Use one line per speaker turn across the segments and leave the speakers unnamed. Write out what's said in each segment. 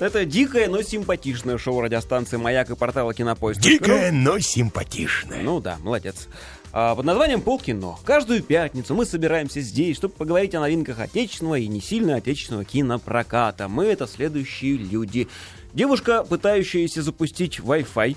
Это дикое, но симпатичное шоу радиостанции «Маяк» и портала «Кинопоиск».
Дикое, но симпатичное.
Ну да, молодец. А, под названием «Полкино». Каждую пятницу мы собираемся здесь, чтобы поговорить о новинках отечественного и не сильно отечественного кинопроката. Мы — это следующие люди. Девушка, пытающаяся запустить Wi-Fi,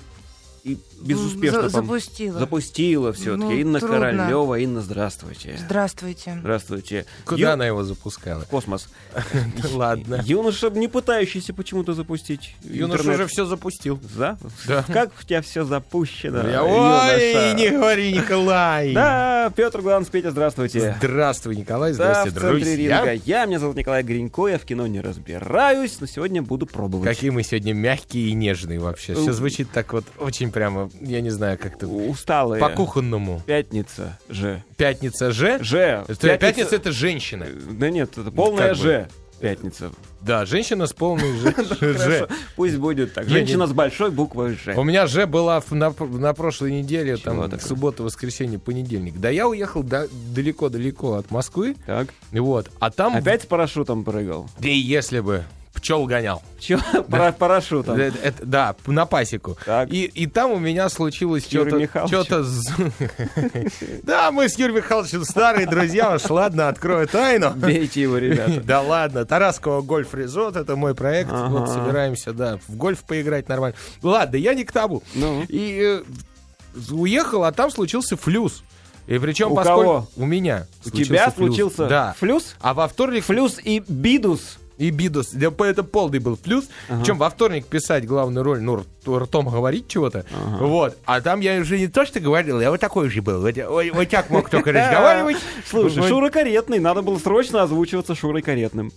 и безуспешно
Ну, За-
пом-
запустила.
запустила все-таки.
Ну,
Инна
трудно.
Королева, Инна, здравствуйте.
Здравствуйте.
Здравствуйте.
Куда
Ю-
она его запускала?
В космос.
Да Ладно.
Юноша, не пытающийся почему-то запустить
Юноша
интернет.
уже все запустил.
Да?
Да.
Как у тебя все запущено,
Я-
юноша.
Ой, не говори, Николай.
Да, Петр Гланс, Петя, здравствуйте.
Здравствуй, Николай.
Да,
Здравствуй,
в центре ринга.
друзья.
Я, меня зовут Николай Гринько, я в кино не разбираюсь, но сегодня буду пробовать.
Какие мы сегодня мягкие и нежные вообще.
У-
Все звучит так вот очень прямо, я не знаю, как-то
Усталые.
по-кухонному.
Пятница. Ж.
Пятница же.
Ж.
Э, Пятница, это женщина.
Да нет, это полная
Как бы.
Ж. Пятница.
Да, женщина с полной же. же.
Хорошо, пусть будет так.
Не,
Женщина с большой буквой
У
Ж.
меня же была в- на, на прошлой неделе,
Э, Чего
там,
такое?
суббота, воскресенье, понедельник. Да я уехал да- далеко-далеко от Москвы,
Так.
вот, а там...
Опять с парашютом прыгал.
Да и если бы пчел гонял.
Чё? Пара- Парашютом.
Э, это- да, п- на пасеку.
Так.
И, и там у меня случилось
С Юрием
что-то...
Михайловичем?
Да, мы с Юрием Михайловичем старые друзья уж, ладно, открою тайну.
Бейте его, ребята.
Да ладно, Тарасского гольф резорт это мой проект.
Ага.
Вот собираемся, да, в гольф поиграть нормально. Ладно, я не к тому.
Ну,
И э, уехал, а там случился флюс. И причем
У
поскольку
кого?
у меня
у тебя
флюс.
случился
Да.
флюс?
А во вторник
Флюс и бидус.
и Бидус. Да, по- Это полный был плюс.
Ага.
Причем во вторник писать главную роль, ну, рт- ртом говорить чего-то. Вот. А там я уже не то, что говорил, я вот такой уже был. Вот, ой, вот так мог только разговаривать.
Слушай,
Вот.
Шура Каретный, надо было срочно озвучиваться Шурой Каретным.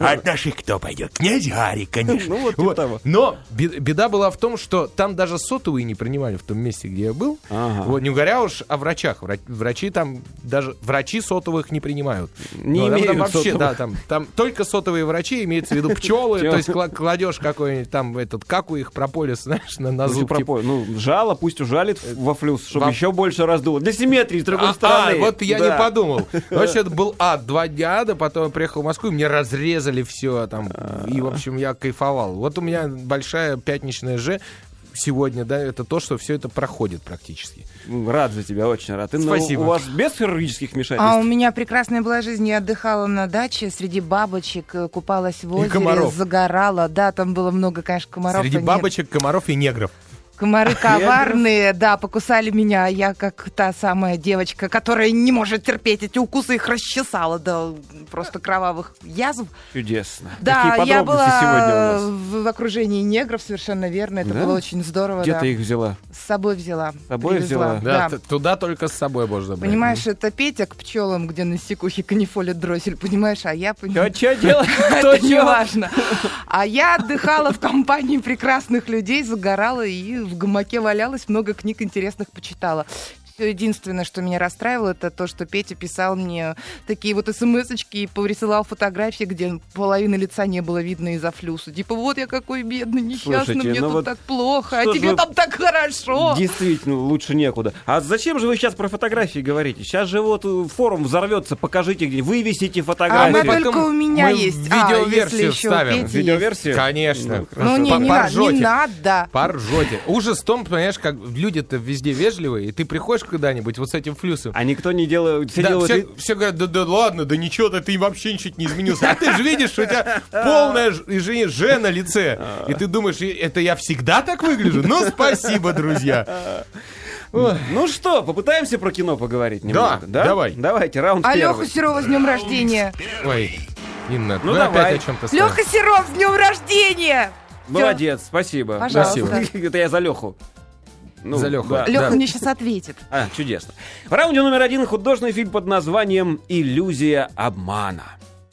От наших А кто пойдет? Князь Гарри, конечно.
Ну, вот типа того.
Но бе- беда была в том, что там даже сотовые не принимали в том месте, где я был.
Ага.
Вот, не говоря уж о врачах. Вра- Врачи там даже... Врачи сотовых не принимают.
Не
Ну, там- там
имеют
вообще,
сотовых.
да, там, там только сотовые врачи, имеется в виду пчелы.
Пчелы.
То есть кла- кладешь какой-нибудь там этот, как у их прополис, знаешь, на, на
Ну,
зуб.
типа,
типа,
пропо- ну, жало пусть ужалит в- во флюс, чтобы
Э, во-
еще больше раздуло. Для симметрии, с другой
а,
стороны.
а, вот я
Да.
не подумал. Вообще, это был ад. Два дня ада, потом я приехал в Москву, и мне разрезали все там. И, в общем, я кайфовал. Вот у меня большая пятничная же сегодня, да, это то, что все это проходит практически.
Ну, Рад за тебя, очень рад. И, ну,
Спасибо.
у вас без хирургических
А у
вмешательств?
меня прекрасная была жизнь. Я отдыхала на даче среди бабочек, э, купалась в озере,
комаров.
загорала. Да, там было много, конечно, комаров.
Среди
Они-
бабочек, комаров и негров.
Комары коварные, да, покусали меня. а Я как та самая девочка, которая не может терпеть эти укусы, их расчесала до просто кровавых язв.
Чудесно.
Да,
Какие
я
подробности сегодня у
была
нас?
в в окружении негров, совершенно верно. Это
Да?
было очень здорово.
Где
да.
ты их взяла?
С собой взяла. С
собой взяла?
Да,
Да.
т- туда только с собой можно брать.
Понимаешь, это Петя к пчелам, где на секухе канифолит дроссель, понимаешь, а я
Кто
понимаю.
что делать? Кто
Это не
чё?
важно. А я отдыхала в компании прекрасных людей, загорала и в гамаке валялась, много книг интересных почитала. Все единственное, что меня расстраивало, это то, что Петя писал мне такие вот смс-очки и присылал фотографии, где половины лица не было видно из-за флюса. Типа, вот я какой бедный, несчастный,
Слушайте,
мне
ну
тут
вот
так плохо, а
что же
тебе
вы-
там так хорошо.
Действительно, лучше некуда. А зачем же вы сейчас про фотографии говорите? Сейчас же вот э, форум взорвется, покажите где, вывесите
А она
Потом
фотографии.
только у меня
мы
есть.
видеоверсию
а, если еще у
вставим.
Пети есть.
Видеоверсия?
Конечно.
Ну,
хорошо.
не,
По-
не, на-
поржете.
не надо.
Поржете. Ужас в том, понимаешь, как люди-то везде вежливые, и ты приходишь куда-нибь вот с этим флюсом.
А никто не делает... Все
да,
делают
все,
вид-
все говорят, да, да ладно, да ничего, да ты вообще ничего не изменился. А ты же видишь, что у тебя полная ж- извини, же на лице. И ты думаешь, «И это я всегда так выгляжу? Ну, спасибо, друзья.
Ну что, попытаемся про кино поговорить немного?
давай.
Давайте, раунд
А
первый.
Леха Серова с днем рождения.
Ой, Инна,
Ну,
ну,
давай.
опять о чем-то сказала.
Леха Серов с днем рождения!
Молодец, спасибо.
Пожалуйста.
Спасибо. Это я за Леху. Ну,
За Леху.
да.
Леха
Да.
мне сейчас ответит.
А, чудесно. В раунде номер один художественный фильм под названием «Иллюзия обмана».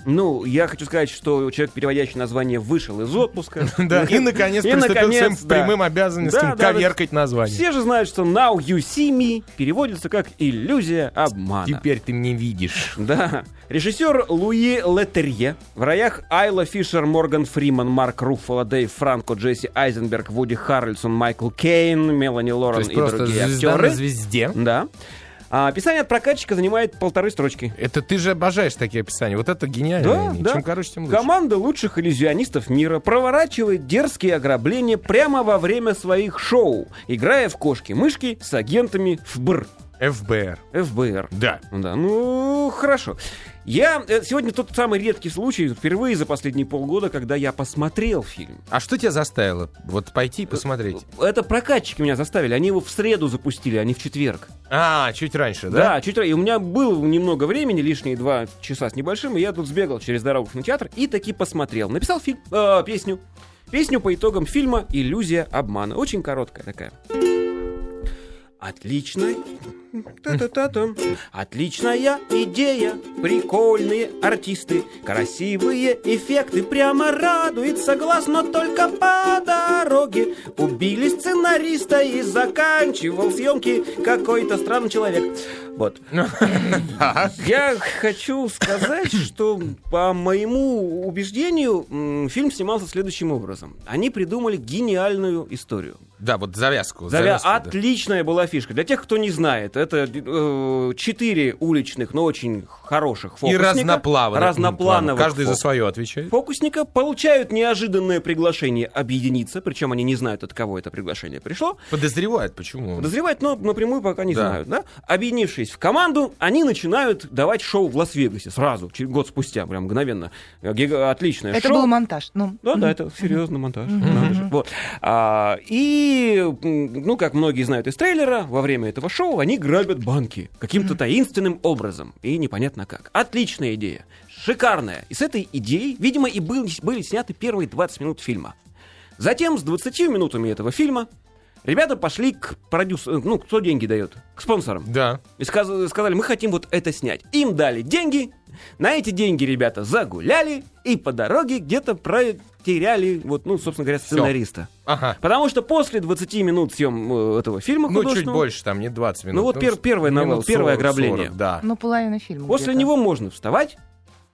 Ну, я хочу сказать, что человек, переводящий название, вышел из отпуска.
Да, и наконец
И,
приступил к своим
наконец, да.
прямым
Да,
обязанностям
да,
коверкать название.
Все же знают, что «Now you see me» переводится как «Иллюзия обмана».
Теперь ты мне видишь.
Да. Режиссер Луи Летерье. В роях Айла Фишер, Морган Фриман, Марк Руффало, Дэйв Франко, Джесси Айзенберг, Вуди Харрельсон, Майкл Кейн, Мелани
То
Лорен
есть
и
просто
другие
звезда на
актеры.
звезде.
Да. А описание от прокатчика занимает полторы строчки.
Это ты же обожаешь такие описания. Вот это гениально.
Да,
Евгений.
да.
Чем короче, тем лучше.
Команда лучших иллюзионистов мира проворачивает дерзкие ограбления прямо во время своих шоу, играя в кошки-мышки с агентами ФБР.
ФБР.
ФБР.
Да.
Ну Да, ну хорошо. Я э, сегодня тот самый редкий случай, впервые за последние полгода, когда я посмотрел фильм.
А что тебя заставило вот пойти и посмотреть?
Это прокатчики меня заставили, они его в среду запустили, а не в четверг.
А, чуть раньше, да?
Да, чуть ра- И у меня было немного времени, лишние два часа с небольшим, и я тут сбегал через дорогу в кинотеатр и таки посмотрел. Написал фильм, э, песню. Песню по итогам фильма «Иллюзия обмана». Очень короткая такая. Отлично. Та-та-та-та. Отличная идея, прикольные артисты, красивые эффекты, прямо радует, согласно только по дороге. Убили сценариста и заканчивал съемки какой-то странный человек. Вот. Я хочу сказать, что по моему убеждению м, фильм снимался следующим образом. Они придумали гениальную историю.
Да, вот завязку.
Завя-
завязку, да.
Отличная была фишка. Для тех, кто не знает, это э, четыре уличных, но очень хороших
И
фокусника.
разноплавно.
Разноплановых.
Каждый за
фокусников.
свое отвечает.
Фокусника получают неожиданное приглашение объединиться, причем они не знают, от кого это приглашение пришло.
Подозревает, почему?
Подозревать, но напрямую пока не
Да.
знают, да? Объединившись в команду, они начинают давать шоу в Лас-Вегасе сразу, через год спустя, прям мгновенно. Э, гига- Отличное
Это
шоу.
был монтаж. Ну,
Да, да,
мгм.
это серьезный монтаж.
Мгм.
надо же. Вот. А, и, м, ну, как многие знают из трейлера, во время этого шоу они грабят банки каким-то таинственным образом. И непонятно как. Отличная идея. Шикарная. И с этой идеей, видимо, и был- были сняты первые 20 минут фильма. Затем с 20 минутами этого фильма ребята пошли к продюсеру, ну, кто деньги дает, к спонсорам.
Да.
И сказ- сказали, мы хотим вот это снять. Им дали деньги, на эти деньги ребята загуляли и по дороге где-то протеряли, вот, ну, собственно говоря, сценариста.
Ага.
Потому что после 20 минут съем э, этого фильма
Ну, чуть
художественного,
больше, там, не 20 минут.
Ну, вот пер- первая
минут
новелла, первое
40,
ограбление.
40, да.
Ну, половина фильма.
после
где-то.
него можно вставать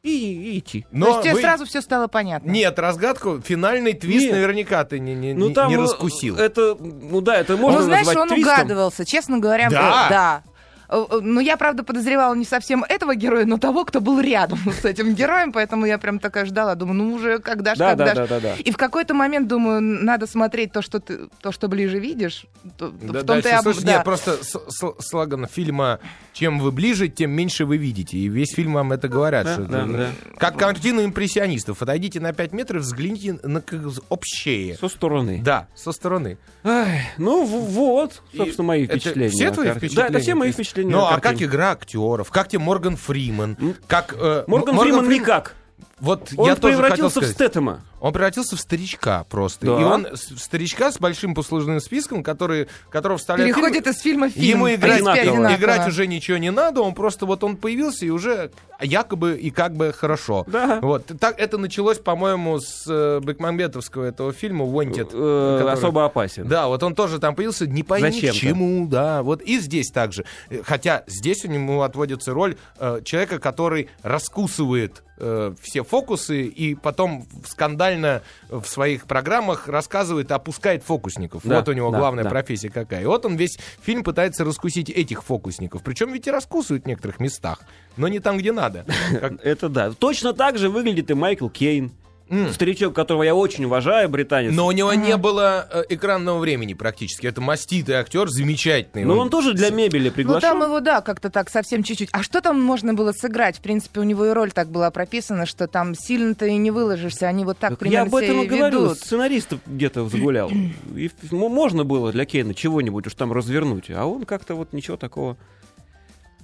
и, и идти.
То есть тебе
вы-
сразу все стало понятно.
Нет, разгатку, финальный твист
Нет.
наверняка ты не, не, не- не
э,
раскусил.
Это, ну да, это можно
Ну, знаешь,
назвать
он
твистом.
угадывался, честно говоря.
Да?
э, да. Э, э, Ну, я, правда, подозревала не совсем этого героя, но того, кто был рядом с этим героем, поэтому я прям такая ждала, думаю, ну уже когда ж,
Да,
когда
да,
ж.
да, да, да.
И в какой-то момент думаю, надо смотреть то, что ты, то, что ближе видишь, то- то-
Да,
в том
дальше,
ты
слушай, нет, просто с- с- слоган фильма «Чем вы ближе, тем меньше вы видите». И весь фильм вам это говорят.
Да,
что-
да, да.
Как картина импрессионистов. Отойдите на 5 метров, взгляните на к- общее.
Со стороны.
Да, со стороны.
Ай, ну в- вот, собственно, мои
Это
впечатления.
все
о
твои
картине.
впечатления?
Да, это все мои
То есть-
впечатления.
Ну,
о
а как
картине.
игра актеров? Как тебе Морган Фриман?
М.
Как, э,
Морган,
М-
Фриман никак.
Вот
Он
я тоже хотел
превратился в
сказать.
Стэтэма.
Он превратился в старичка просто.
Да.
И он с- старичка с большим послужным списком, который, которого вставляют в фильм.
переходит из фильма в фильм.
Ему
В принципе,
играть,
одинаково.
одинаково.
играть уже ничего не надо, он просто вот он появился и уже якобы и как бы хорошо.
Да.
Вот так это началось, по-моему, с э, Бекмамбетовского этого фильма Wanted.
Э,
который-
Особо опасен.
Да, вот он тоже там появился не по
Зачем-то.
чему, да. Вот и здесь также. Э, Хотя здесь у него отводится роль э, человека, который раскусывает э, все фокусы и потом скандально в своих программах рассказывает, и опускает фокусников.
Да,
вот у него
да,
главная
да.
профессия какая. И вот он весь фильм пытается раскусить этих фокусников. Причем ведь и раскусывает в некоторых местах, но не там, где надо. Как-
Это да. Точно так же выглядит и Майкл Кейн.
М.
Старичок, которого я очень уважаю, британец.
Но у него не
Мгм.
было э, экранного времени практически. Это маститый актер, замечательный.
Но Ну, он тоже для мебели
Ну,
приглашен.
там его, да, как-то так, совсем чуть-чуть. А что там можно было сыграть? В принципе, у него и роль так была прописана, что там сильно-то и не выложишься. Они вот так
Так я
примерно
об этом
себя
и
и
говорю.
ведут.
Сценарист где-то загулял. И ф- м- можно было для Кейна чего-нибудь уж там развернуть, а он как-то вот ничего такого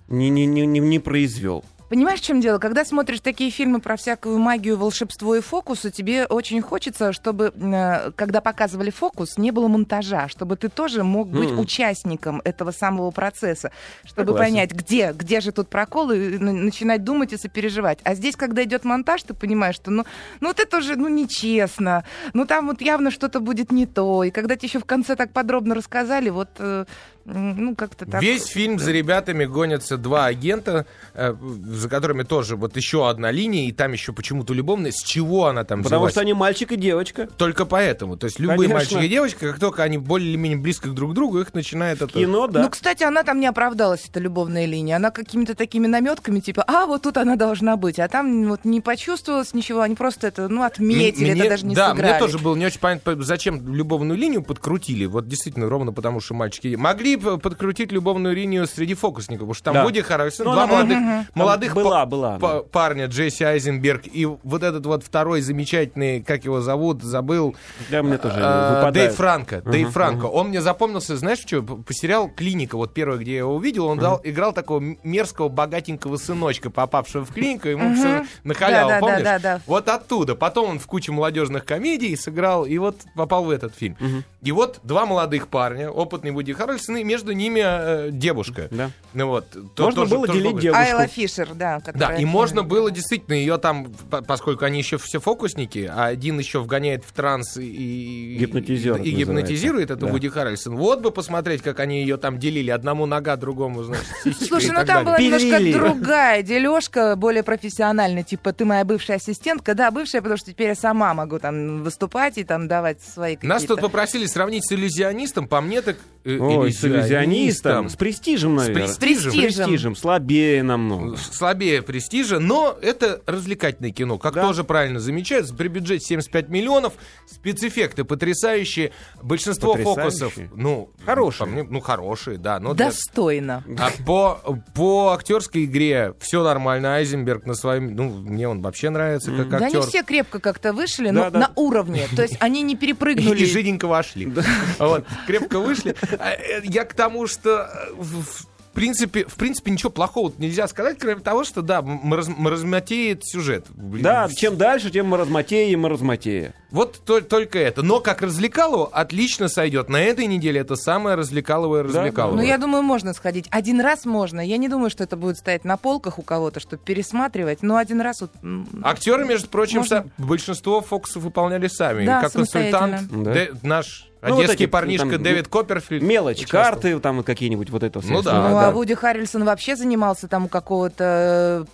не, не, не, не- не произвел.
Понимаешь, в чем дело? Когда смотришь такие фильмы про всякую магию, волшебство и фокусы, тебе очень хочется, чтобы, э, когда показывали фокус, не было монтажа, чтобы ты тоже мог быть
Мгм.
участником этого самого процесса, чтобы
Согласен.
понять, где, где же тут прокол, и на- начинать думать и сопереживать. А здесь, когда идет монтаж, ты понимаешь, что, ну, ну вот это уже, ну, нечестно, ну, там вот явно что-то будет не то. И когда тебе еще в конце так подробно рассказали, вот... э, М, Ну, как-то так.
Весь фильм за ребятами гонятся два агента, э, за которыми тоже вот еще одна линия, и там еще почему-то любовная. С чего она там
Потому
взялась?
что они мальчик и девочка.
Только поэтому. То есть любые
Конечно.
мальчики и девочки, как только они более-менее близко друг к другу, их начинает это...
Кино, да.
Ну, кстати, она там не оправдалась, эта любовная линия. Она какими-то такими наметками, типа, а, вот тут она должна быть. А там вот не почувствовалось ничего, они просто это, ну, отметили,
Мне-
это даже не
да,
сыграли.
мне тоже было не очень понятно, зачем любовную линию подкрутили. Вот действительно, ровно потому, что мальчики... Могли бы подкрутить любовную линию среди фокусников, потому что там
Да.
Вуди Харрельсон,
Ну,
два
она
молодых,
Там
молодых
была,
па-
была.
па- парня, Джесси Айзенберг, и вот этот вот второй замечательный, как его зовут, забыл...
Да, мне тоже
А,
выпадает.
Дэйв Франко. Дэйв Франко. Он мне запомнился, знаешь, что? По по сериалу «Клиника», вот первый, где я его увидел, он дал, играл такого м- мерзкого, богатенького сыночка, попавшего в клинику, ему все на халяву,
Да-да-да-да-да.
помнишь? Вот оттуда. Потом он в куче молодежных комедий сыграл, и вот попал в этот фильм. И вот два молодых парня, опытный Вуди Харрельсон, и между ними э, девушка.
Да.
Ну вот. то-
Можно
тоже-
было
тоже
делить
был-
девушку.
Айла Фишер, да.
да,
которая-
и можно было действительно ее там, по- поскольку они еще все фокусники, а один еще вгоняет в транс и, и-
Гипнотизер это
и гипнотизирует
называется.
это
Да.
Вуди Харрельсон. Вот бы посмотреть, как они ее там делили. Одному нога, другому, значит, сиська и
Слушай, ну
так
там была
далее.
немножко
Пилили.
другая дележка, более профессиональная, типа ты моя бывшая ассистентка, да, бывшая, потому что теперь я сама могу там выступать и там давать свои какие-то...
Нас тут попросили сравнить с иллюзионистом. По мне так... э,
Ой, с иллюзионистом. С
С
престижем, наверное.
престижем.
Престижем.
Слабее намного.
слабее престижа, но это развлекательное кино, как тоже правильно замечают, при бюджете 75 миллионов, спецэффекты потрясающие, большинство
Потрясающие?
фокусов, ну,
Хорошие.
по мне, ну, хорошие, да, но для-
Достойно.
А по, по актерской игре все нормально, Айзенберг на своем, ну, мне он вообще нравится как
Да они
актер.
все крепко как-то вышли,
Да,
но
да.
на уровне. То есть они не перепрыгнули.
И жиденько вошли. Вот, крепко вышли. А, э, Я к тому, что э, в в принципе, в принципе, ничего плохого нельзя сказать, кроме того, что, да, мраз- мразмотеет сюжет. Блин,
Да, чем дальше, тем маразматее и маразматее.
Вот то- только это. Но как развлекалово отлично сойдет. На этой неделе это самое развлекаловое
Да,
развлекалово.
Ну, я думаю, можно сходить. Один раз можно. Я не думаю, что это будет стоять на полках у кого-то, чтобы пересматривать, но один раз... вот, м,
Актеры, между прочим,
Можно?
са- большинство фокусов выполняли сами.
Да,
как консультант,
самостоятельно.
Дэ- наш
Ну, вот
одесский
эти,
парнишка
там,
Дэвид Копперфильд.
Мелочь,
участвовал.
карты, там вот какие-нибудь вот это все.
Ну да.
ну,
да.
а Вуди Харрельсон вообще занимался там у какого-то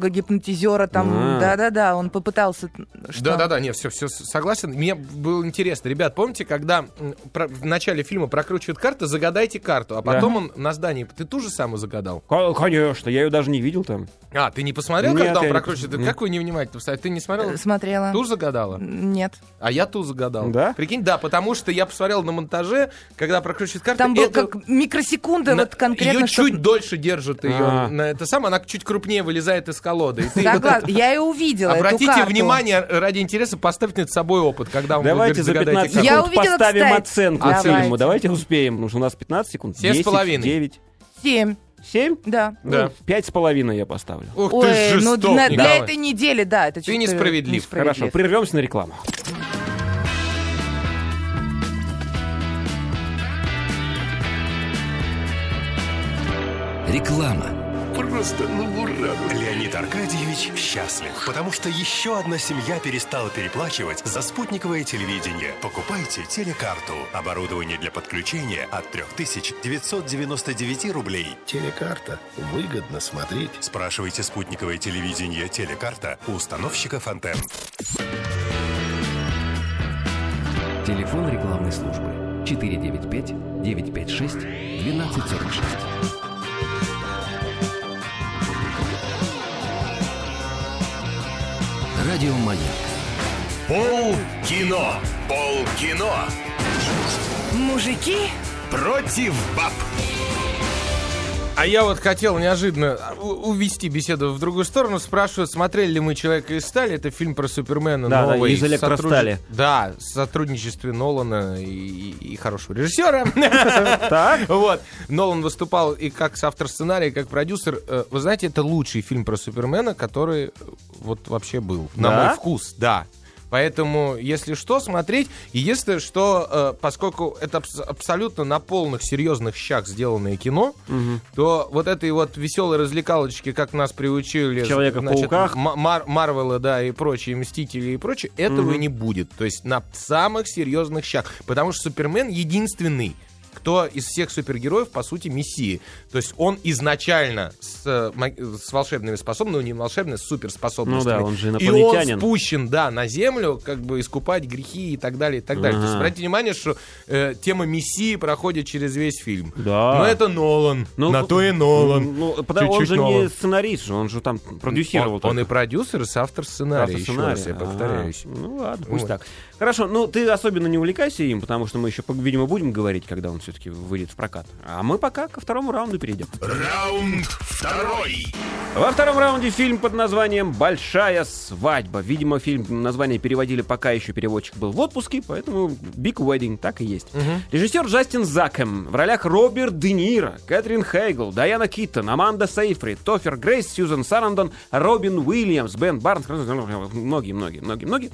психолога-гипнотизера там.
А.
Да-да-да, он попытался... что-
Да, да, да, нет, все, все согласен. Мне было интересно, ребят, помните, когда м, про- в начале фильма прокручивают карты, загадайте карту, а
Да.
потом он на здании. Ты ту же самую загадал?
Ко- Конечно, я ее даже не видел там.
А, ты не посмотрел,
Нет,
когда он
я не
прокручивает?
посмотрел.
Как вы невнимательно посмотрели? Ты не смотрел?
Э, Смотрела.
Ту же загадала?
Нет.
А я ту загадал.
Да?
Прикинь, да, потому что я посмотрел на монтаже, когда прокручивает карты.
Там был
эту-
как микросекунда
на-
вот конкретно.
Ее
чтоб-
чуть дольше держат ее
А.
на это самое, она чуть крупнее вылезает из колоды. И ты вот
Согласна.
это-
Я и увидела эту
Обратите
карту.
внимание, ради интереса, поставьте над собой опыт, когда он будет
Давайте
говорить,
за 15
загадайте карту.
Я
секунд
увидела,
поставим
кстати.
оценку
Давайте.
фильму. Давайте успеем, потому что у нас 15 секунд.
Семь с
10,
половиной.
9,
Семь,
7?
да.
Да.
Ну, Пять с половиной я поставлю.
Ух ты
Ой,
ж
ну
жесток,
для, для
Николай.
этой недели, да, это чё-то
несправедлив.
Хорошо, прервемся на рекламу.
Реклама.
Леонид Аркадьевич счастлив, потому что еще одна семья перестала переплачивать за спутниковое телевидение. Покупайте телекарту. Оборудование для подключения от 3999 рублей.
Телекарта. Выгодно смотреть.
Спрашивайте спутниковое телевидение телекарта у установщиков антенн.
Телефон рекламной службы 495-956-1246. Радио Маяк.
Пол кино. Пол кино
Мужики,
против баб.
А я вот хотел неожиданно у- увести беседу в другую сторону. Спрашивают, смотрели ли мы «Человека из стали». Это фильм про Супермена
Да, да,
новый.
из электростали.
Да, в сотрудничестве Нолана и, и- и хорошего режиссера.
Так.
Вот. Нолан выступал и как автор сценария, и как продюсер. Э, Вы знаете, это лучший фильм про Супермена, который э, вот вообще был.
Да?
На мой вкус, да. Поэтому, если что, смотреть. Единственное, что э, поскольку это абс- абсолютно на полных серьезных щах сделанное кино, то вот этой вот веселой развлекалочки, как нас приучили...
В «Человека-пауках».
значит, М- Мар- Марвела, да, и прочие Мстители и прочее, этого не будет. То есть на самых серьезных щах. Потому что Супермен единственный кто из всех супергероев, по сути, мессии. То есть он изначально с, э, ма- с волшебными способностями, ну не волшебными, с суперспособностями.
Ну да, он же
И он
инопланетянин.
спущен, да, на Землю, как бы искупать грехи и так далее, и так далее. То есть
Ага.
обратите внимание, что э, тема мессии проходит через весь фильм.
Да.
Но Ну, это Нолан. на то и Нолан.
Ну, потому- он
Чуть-чуть
же
Нолан.
не сценарист, же, он же там продюсировал.
он,
только.
он и продюсер, и автор сценария.
Автор
еще
сценария.
раз я
А,
повторяюсь.
Ну ладно, пусть
Вот.
так. Хорошо, ну ты особенно не увлекайся им, потому что мы еще, видимо, будем говорить, когда он все-таки выйдет в прокат. А мы пока ко второму раунду перейдем.
Раунд второй.
Во втором раунде фильм под названием «Большая свадьба». Видимо, фильм название переводили, пока еще переводчик был в отпуске, поэтому «Big Wedding» так и есть. Режиссер Джастин Закэм. В ролях Роберт Де Ниро, Кэтрин Хейгл, Дайана Киттон, Аманда Сейфрид, Тофер Грейс, Сьюзен Сарандон, Робин Уильямс, Бен Барнс. Многие-многие-многие-многие.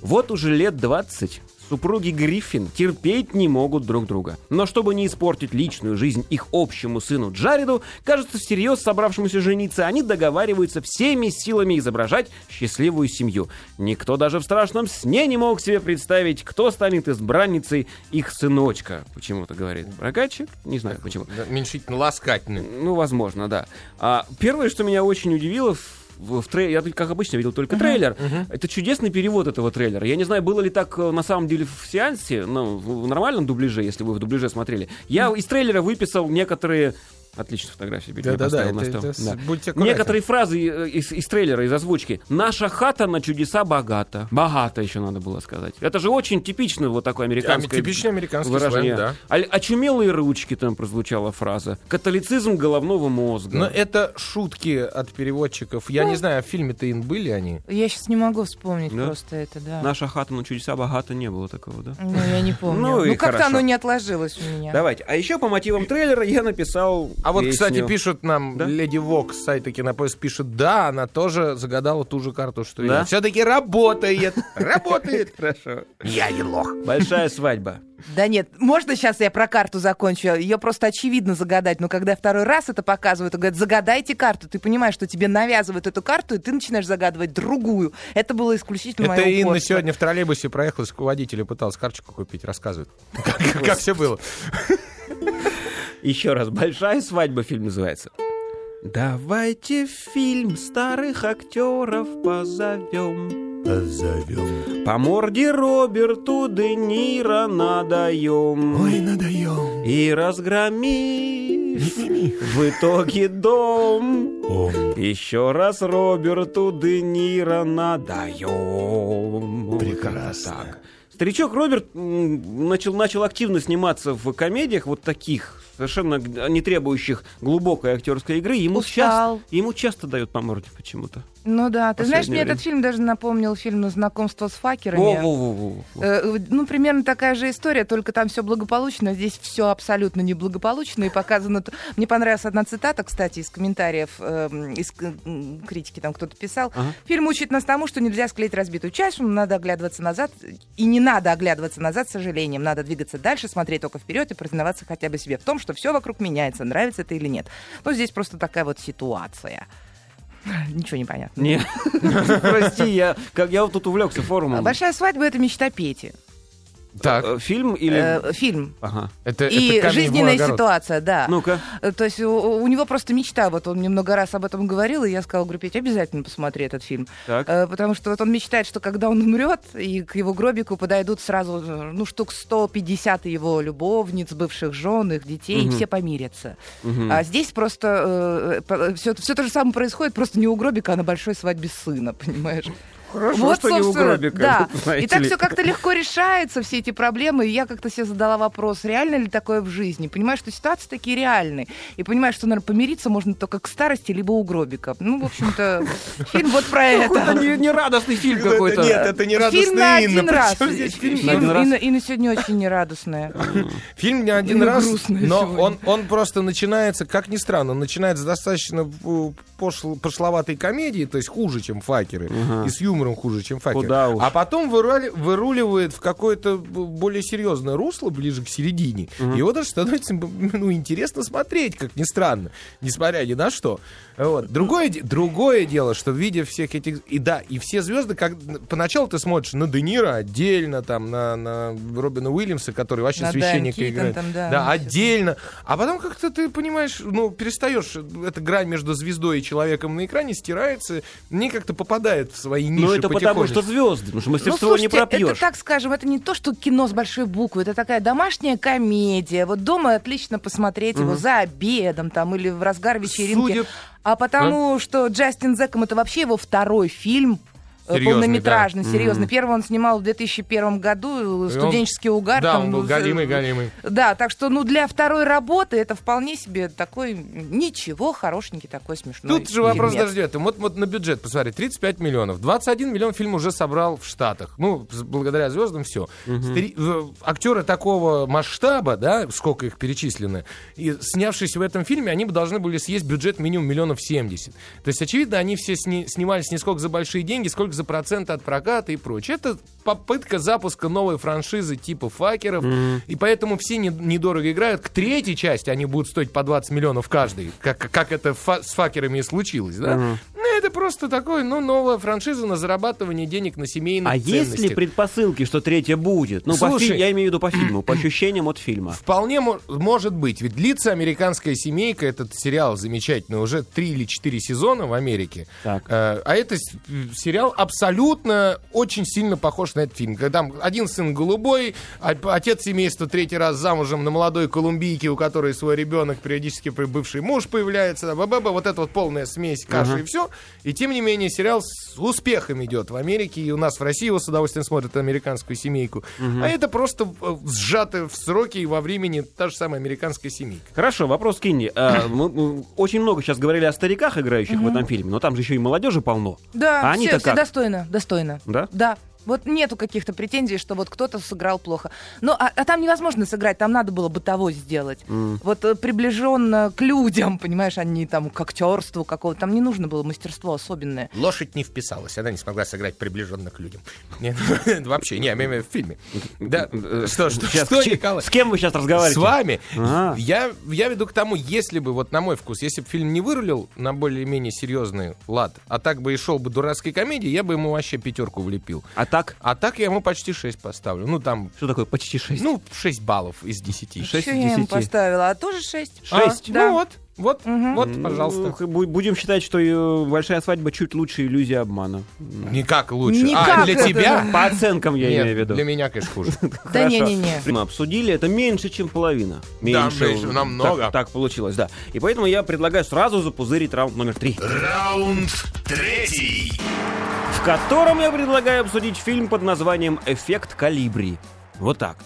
Вот уже лет 20 супруги Гриффин терпеть не могут друг друга. Но чтобы не испортить личную жизнь их общему сыну Джареду, кажется, всерьез собравшемуся жениться, они договариваются всеми силами изображать счастливую семью. Никто даже в страшном сне не мог себе представить, кто станет избранницей их сыночка. Почему-то говорит прокатчик, не знаю почему.
Да, Меньшительно ласкательный.
Ну, возможно, да. А, первое, что меня очень удивило, в- в, в трей- я, тут, как обычно, видел только трейлер. Это чудесный перевод этого трейлера. Я не знаю, было ли так э, на самом деле в сеансе, ну, в в нормальном дубляже, если вы в дубляже смотрели. Я из трейлера выписал некоторые... Отлично, фотографии Петя, я
Да-да-да,
поставил на
это-
стол.
это с-
Да.
будьте аккуратны.
Некоторые фразы э, из, из трейлера, из озвучки. «Наша хата на чудеса богата». Богата еще надо было сказать. Это же очень типично вот такой американский
А, Типичный американский
выражение.
сленг, да.
О- очумелые ручки там прозвучала фраза. Католицизм головного мозга.
Но это шутки от переводчиков. Я не знаю, в фильме-то им были они.
Я сейчас не могу вспомнить
Да?
просто это, да.
Наша хата на чудеса богата не было такого, да?
Ну, я не помню.
Ну
Ну,
и
как-то
хорошо.
оно не отложилось у меня.
Давайте. А еще по мотивам трейлера я написал.
А вот, кстати,
песню.
пишут нам,
Да?
Леди Вок с сайта Кинопоиск пишет, да, она тоже загадала ту же карту, что и
Да?
Все-таки работает, работает.
Хорошо.
Я не лох.
Большая свадьба.
Да нет, можно сейчас я про карту закончу? Ее просто очевидно загадать, но когда второй раз это показывают, и говорят, загадайте карту, ты понимаешь, что тебе навязывают эту карту, и ты начинаешь загадывать другую. Это было исключительно
Это
моё
Инна
упорство.
сегодня в троллейбусе проехалась к водителю, пыталась карточку купить, рассказывает. Как- Как все было.
Еще раз, большая свадьба фильм называется. Давайте в фильм старых актеров позовем. Позовем. По морде Роберту Де Ниро надаем. Ой, надаем. И разгромим в итоге дом. Еще раз Роберту Де Ниро надаем.
Прекрасно.
Вот так. Старичок Роберт м, начал, начал активно сниматься в комедиях вот таких, совершенно г- не требующих глубокой актерской игры. Ему
Устал.
часто, ему часто дают по морде почему-то.
Ну да, ты знаешь,
Последнее
мне
время.
этот фильм даже напомнил фильм «На знакомство с факерами».
Во-во-во-во.
Э, Ну, примерно такая же история, только там все благополучно, а здесь все абсолютно неблагополучно и показано... то- Мне понравилась одна цитата, кстати, из комментариев, эм, из к- м, критики там кто-то писал.
Ага.
Фильм учит нас тому, что нельзя склеить разбитую чашу, надо оглядываться назад, и не надо оглядываться назад с сожалением, надо двигаться дальше, смотреть только вперед и признаваться хотя бы себе в том, что все вокруг меняется, нравится это или нет. Ну, здесь просто такая вот ситуация. Ничего не понятно.
Не, прости, я, как, я вот тут увлекся форумом.
Большая свадьба — это мечта Пети.
Так,
Э, Фильм или...
Э, фильм.
Ага.
это это камень
и
в мой
жизненная
огород. Ну.
ситуация, да.
Ну-ка.
Э, То есть у, у него просто мечта, вот он мне много раз об этом говорил, и я сказала, говорю, Петь, обязательно посмотри этот фильм.
А
Так.
Э, Потому что вот он мечтает, что когда он умрет, и к его гробику подойдут сразу, э, ну, штук 150 его любовниц, бывших жен, их детей, и
Мгм.
все помирятся.
Мгм.
А здесь просто э, все, то же самое происходит, просто не у гробика, а на большой свадьбе сына, понимаешь?
Хорошо, что не у
собственно,
гробика,
Да.
знаете
И так
ли.
все как-то легко решается, все эти проблемы. И я как-то себе задала вопрос, реально ли такое в жизни? Понимаешь, что ситуации такие реальные. И понимаешь, что, наверное, помириться можно только к старости, либо у гробика. Ну, в общем-то, фильм вот про
Это
это.
не, не радостный фильм какой-то.
Нет, это не
Фильм на
радостная
один
Инна.
раз.
Причем здесь фильм?
На один раз?
Инна Инна сегодня очень нерадостная.
Фильм не один
Ну,
раз,
грустно
но
сегодня.
он, он просто начинается, как ни странно, он начинается с достаточно э, пошл- пошловатой комедии, то есть хуже, чем «Факеры», и с юмором хуже, чем факер.
Куда уж.
А потом вырули- выруливает в какое-то б- более серьезное русло ближе к середине. И его даже становится м, ну, интересно смотреть, как ни странно, несмотря ни на что. Вот. Другое, де- другое дело, что видя всех этих... И да, и все звезды, как поначалу ты смотришь на Де Ниро отдельно, там, на, на Робина Уильямса, который вообще
На Дайан
священника
Китон
играет.
там, да,
да,
вообще.
отдельно. А потом как-то ты понимаешь, ну, перестаешь, эта грань между звездой и человеком на экране стирается, не как-то попадает в свои ниши
Ну, это потому что
потихонечку.
звезды, потому что
Ну,
мастерство не
слушайте, это
пропьешь.
так скажем, это не то, что кино с большой буквы, это такая домашняя комедия. Вот дома отлично посмотреть его за обедом там или в разгар вечеринки.
Судя-
А потому что Джастин Зеком это вообще его второй фильм. э,
Серьезный,
полнометражный,
да.
серьезно. Первый он снимал в 2001 году, э, студенческий угар.
Да,
там,
он был
э,
галимый, галимый.
Да, так что, ну, для второй работы это вполне себе такой ничего, хорошенький такой смешной
Тут же вопрос
фильмец.
даже идет. Вот, вот на бюджет, посмотри, 35 миллионов. 21 миллион фильм уже собрал в Штатах. Ну, с- благодаря звездам все. Актеры такого масштаба, да, сколько их перечислено, и снявшись в этом фильме, они бы должны были съесть бюджет минимум миллионов 70. То есть, очевидно, они все сни- снимались не сколько за большие деньги, сколько за проценты от проката и прочее. Это попытка запуска новой франшизы типа факеров, и поэтому все не- недорого играют. К третьей части они будут стоить по 20 миллионов каждый, как, как это фа- с факерами и случилось, да? Ну, это просто такое, ну, новая франшиза на зарабатывание денег на семейных
А есть
ценностях.
ли предпосылки, что третья будет? Ну, по
Слушай.
фи- я имею в виду по фильму, по ощущениям от фильма.
Вполне мо- может быть. Ведь длится «Американская семейка», этот сериал замечательный, уже три или четыре сезона в Америке.
Так.
Э, А это с- сериал абсолютно очень сильно похож на этот фильм. Когда там один сын голубой, а- отец семейства третий раз замужем на молодой колумбийке, у которой свой ребенок, периодически при- бывший муж появляется, да, ба-ба-ба, вот эта вот полная смесь каши и все. И тем не менее сериал с успехом идет в Америке, и у нас в России его с удовольствием смотрят «Американскую семейку». А это просто э, сжато в сроке и во времени та же самая «Американская семейка».
Хорошо, вопрос Кинни. А, мы, м, очень много сейчас говорили о стариках, играющих в этом фильме, но там же еще и молодежи полно.
Да,
А
все,
они-то
все
как?
достойно, достойно.
Да?
Да. Вот нету каких-то претензий, что вот кто-то сыграл плохо. Но а, а там невозможно сыграть, там надо было бытовой сделать. Вот э, приближенно к людям, понимаешь, они там к актерству какого-то. Там не нужно было мастерство особенное.
Лошадь не вписалась, она не смогла сыграть приближенно к людям. Нет, вообще, не, я имею в виду в фильме. Да, что, что,
Сейчас,
что,
к че-
Николай?
с кем вы сейчас разговариваете?
С вами.
А.
Я, я веду к тому, если бы, вот на мой вкус, если бы фильм не вырулил на более-менее серьезный лад, а так бы и шел бы дурацкой комедии, я бы ему вообще пятерку влепил.
А так,
А так я ему почти 6 поставлю. Ну, там,
что такое почти шесть?
ну, 6 баллов из 10.
Шесть
Чё
из
я им
десяти.
поставила? А тоже шесть.
А,
Шесть?
Да.
Ну вот, вот,
Мгм.
вот, пожалуйста.
Ну, бу- Будем считать, что э, большая свадьба чуть лучше иллюзия обмана.
Никак лучше. а,
Никак
для
это-
тебя?
По оценкам я
Нет,
имею в виду.
для меня, конечно, хуже.
Да
Хорошо.
не-не-не.
Мы обсудили, это меньше, чем половина.
меньше,
Так-
намного.
Так, получилось, да. И поэтому я предлагаю сразу запузырить раунд номер три,
Раунд третий.
в котором я предлагаю обсудить фильм под названием «Эффект калибри». Вот так.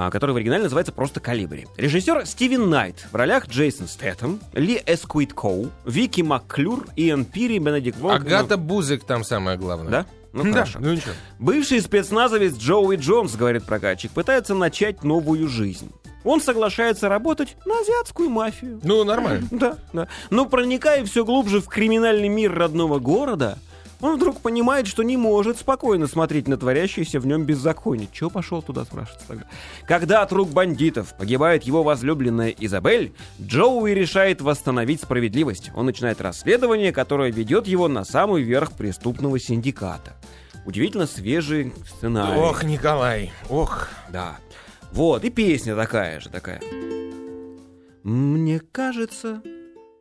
А, который в оригинале называется просто «Калибри». Режиссер Стивен Найт. В ролях Джейсон Стэттем, Ли Эсквит Коу, Вики Макклюр, Иэн Пири, Бенедикт Волк.
Агата Бузык там самое главное.
Да? Ну,
Да,
хорошо.
ну ничего.
Бывший спецназовец Джоуи Джонс, говорит прокатчик, пытается начать новую жизнь. Он соглашается работать на азиатскую мафию.
Ну, нормально.
Да, да. Но проникая все глубже в криминальный мир родного города, он вдруг понимает, что не может спокойно смотреть на творящееся в нем беззаконие. Чего пошел туда, спрашивается тогда. Когда от рук бандитов погибает его возлюбленная Изабель, Джоуи решает восстановить справедливость. Он начинает расследование, которое ведет его на самый верх преступного синдиката. Удивительно свежий сценарий.
Ох, Николай, ох.
Да. Вот, и песня такая же, такая. Мне кажется,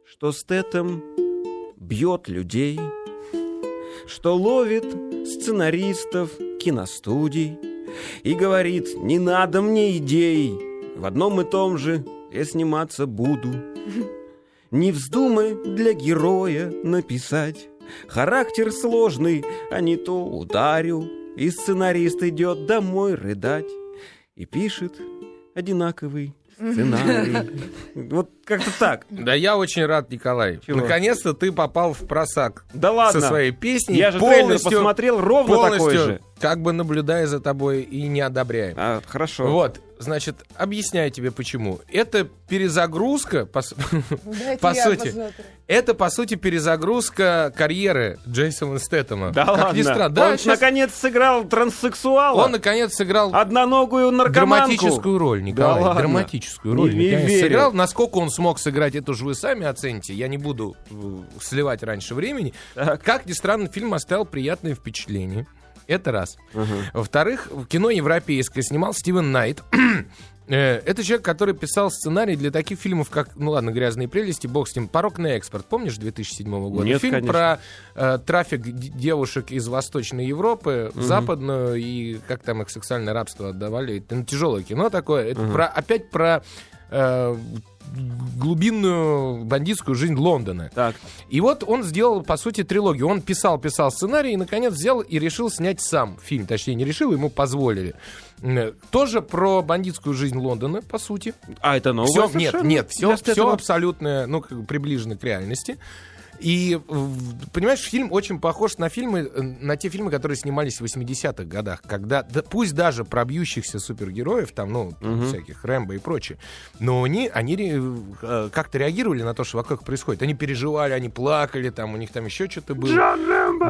что Стэтом бьет людей, что ловит сценаристов киностудий и говорит, не надо мне идей, в одном и том же я сниматься буду. Не вздумай для героя написать Характер сложный, а не то ударю И сценарист идет домой рыдать и пишет одинаковый сценарий. Вот как-то так.
Да я очень рад, Николай.
Чего?
Наконец-то ты попал в просак.
Да ладно.
Со своей песней.
Я же трейлер
полностью,
посмотрел ровно такой
полностью,
же.
как бы наблюдая за тобой и не одобряем.
А, хорошо.
Вот. Значит, объясняю тебе почему. Это перезагрузка, по, су- по сути, это, по сути, перезагрузка карьеры Джейсона Стэттема.
Да
Как ни
ладно.
странно.
он
Да, щас-
наконец сыграл транссексуала,
он, наконец, сыграл
одноногую наркоманку.
драматическую роль, Николай.
ладно.
драматическую
Не-
роль.
не
Николай
верю.
сыграл. Насколько он смог сыграть, это же вы сами оцените. Я не буду э, сливать раньше времени. Как ни странно, фильм оставил приятное впечатление. Это раз. Во-вторых, в кино европейское снимал Стивен Найт. Э, Это человек, который писал сценарий для таких фильмов, как, ну ладно, «Грязные прелести», бог с ним, «Порог на экспорт». Помнишь 2007 года?
Нет,
Фильм
конечно.
про э, трафик д- девушек из Восточной Европы в Западную, и как там их сексуальное рабство отдавали. Это ну, тяжелое кино такое. Это про, опять про э, глубинную бандитскую жизнь Лондона.
Так,
И вот он сделал, по сути, трилогию. Он писал, писал сценарий, и, наконец, взял и решил снять сам фильм. Точнее, не решил, ему позволили. М, э, Тоже про бандитскую жизнь Лондона, по сути.
а это новое
Все, нет,
совершенно?
нет, все,
Для Стэттема.
абсолютно, ну, как бы приближено к реальности. И, в- понимаешь, фильм очень похож на фильмы, э, на те фильмы, которые снимались в 80-х годах, когда, да пусть даже пробьющихся супергероев, там, ну, там всяких Рэмбо и прочее, но они, они ре- э, как-то реагировали на то, что вокруг происходит. Они переживали, они плакали, там, у них там еще что-то было. Да,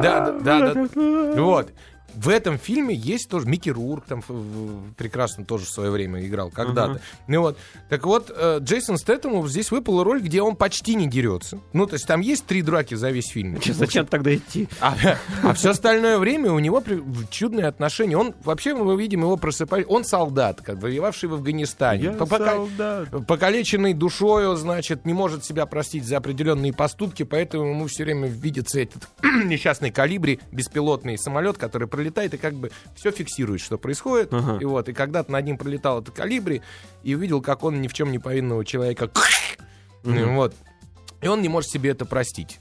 да, да, да. Вот. В этом фильме есть тоже Микки Рурк там ф- в- прекрасно тоже в свое время играл когда-то. Ну вот, так вот э, Джейсон Стэтому здесь выпала роль, где он почти не дерется. Ну то есть там есть три драки за весь фильм.
Че, Зачем тогда идти?
А, все остальное время у него при- в- чудные отношения. Он вообще мы видим его просыпать. Он солдат, как бы, воевавший в Афганистане. По- пока- покалеченный душою, значит, не может себя простить за определенные поступки, поэтому ему все время видится этот несчастный калибри, беспилотный самолет, который пролетает и как бы все фиксирует, что происходит. И вот, и когда-то над ним пролетал этот калибри, и увидел, как он ни в чем не повинного человека. Вот. И он не может себе это простить.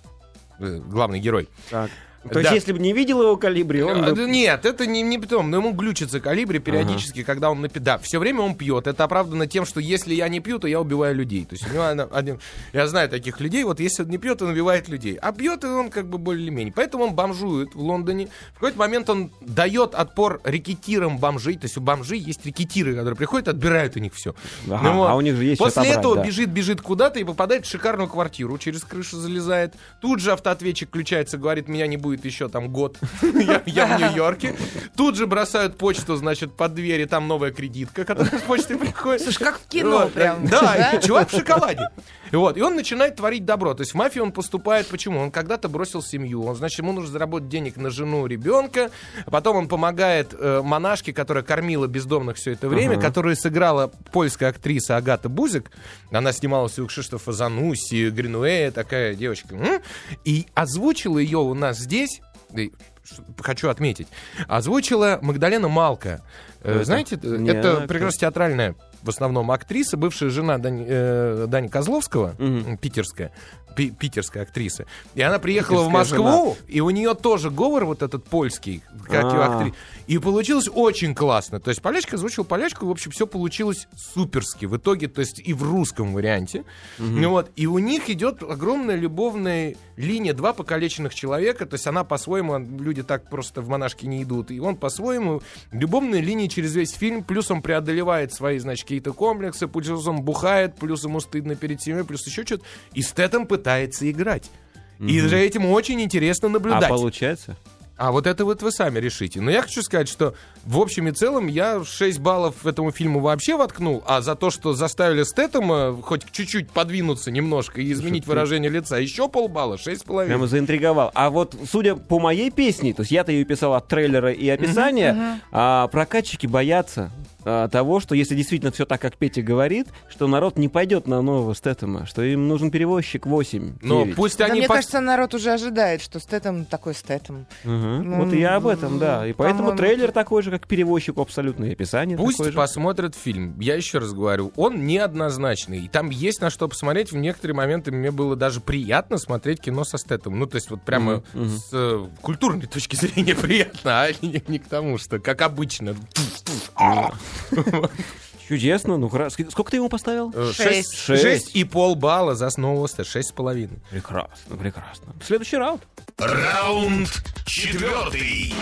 Э, Главный герой.
Так. То
Да.
есть, если бы не видел его калибри, он
А,
бы...
да Нет, это не, не потом, но ему глючится калибри периодически, когда он напи... Да, все время он пьет. Это оправдано тем, что если я не пью, то я убиваю людей. То есть у него она- один- Я знаю таких людей, вот если он не пьет, он убивает людей. А пьет и он как бы более-менее. Поэтому он бомжует в Лондоне. В какой-то момент он дает отпор рекетирам бомжей. То есть у бомжей есть рекетиры, которые приходят, отбирают у них все.
Ага, а у них же есть что
После
отобрать,
этого
да.
бежит, бежит куда-то и попадает в шикарную квартиру, через крышу залезает. Тут же автоответчик включается, говорит, меня не будет еще там год, я, я в Нью-Йорке. Тут же бросают почту, значит, под двери, там новая кредитка, которая с почты приходит.
Слушай, как в кино
Вот,
прям.
Э, Да, и чувак в шоколаде. И Вот, и он начинает творить добро. То есть в мафию он поступает, почему? Он когда-то бросил семью, он, значит, ему нужно заработать денег на жену, ребенка, потом он помогает э, монашке, которая кормила бездомных все это время, которую сыграла польская актриса Агата Бузик, она снималась у Кшиштофа Зануси, Гринуэя, такая девочка, М? и озвучила ее у нас здесь, да и ш- хочу отметить, озвучила Магдалена Малка. Э,
Это-
Знаете, э,
не,
это
она а
прекрасно театральная в основном актриса, бывшая жена Дани, э, Дани Козловского,
Мгм.
м, питерская, пи- питерская актриса. И она приехала в
Питерская
Москву, и у нее тоже говор вот этот польский, как и у
А.
актри- И получилось очень классно. То есть полячка озвучила полячку, и, в общем, все получилось суперски. В итоге, то есть и в русском варианте. Ну вот, и у них идет огромная любовная линия два покалеченных человека. То есть она по-своему, а, люди так просто в монашки не идут. И он по-своему любовная линия через весь фильм. Плюс он преодолевает свои, значит, какие-то комплексы. Плюс он бухает, плюс ему стыдно перед семьей, плюс еще что-то. И Стэтом пытается играть. И за этим очень интересно
А
наблюдать.
получается?
А вот это вот вы сами решите. Но я хочу сказать, что в общем и целом я 6 баллов этому фильму вообще воткнул, а за то, что заставили Стэттема хоть чуть-чуть подвинуться немножко и изменить выражение лица, еще полбалла, 6,5.
Прямо заинтриговал. А вот судя по моей песне, то есть я-то ее писал от трейлера и описания, а прокатчики боятся а, того, что если действительно все так, как Петя говорит, что народ не пойдет на нового Стэттема, что им нужен перевозчик 8
Но пусть
Да
они...
мне
по-
кажется, народ уже ожидает, что Стэтом такой Стэтом.
Мгм. Вот и я об этом, да. И поэтому
По-моему,
трейлер такой же, как перевозчик абсолютно, и описание
Пусть
такое же.
посмотрят фильм. Я еще раз говорю, он неоднозначный. И там есть на что посмотреть. В некоторые моменты мне было даже приятно смотреть кино со Стэтом. Ну, то есть вот прямо с э, культурной точки зрения приятно, а не, не к тому, что как обычно.
Чудесно, ну хорошо. Ски- Сколько ты ему поставил?
Э,
Шесть.
Шесть.
Шесть и пол балла за Snow Oster, шесть с половиной.
Прекрасно, прекрасно. Следующий раунд.
Раунд четвертый.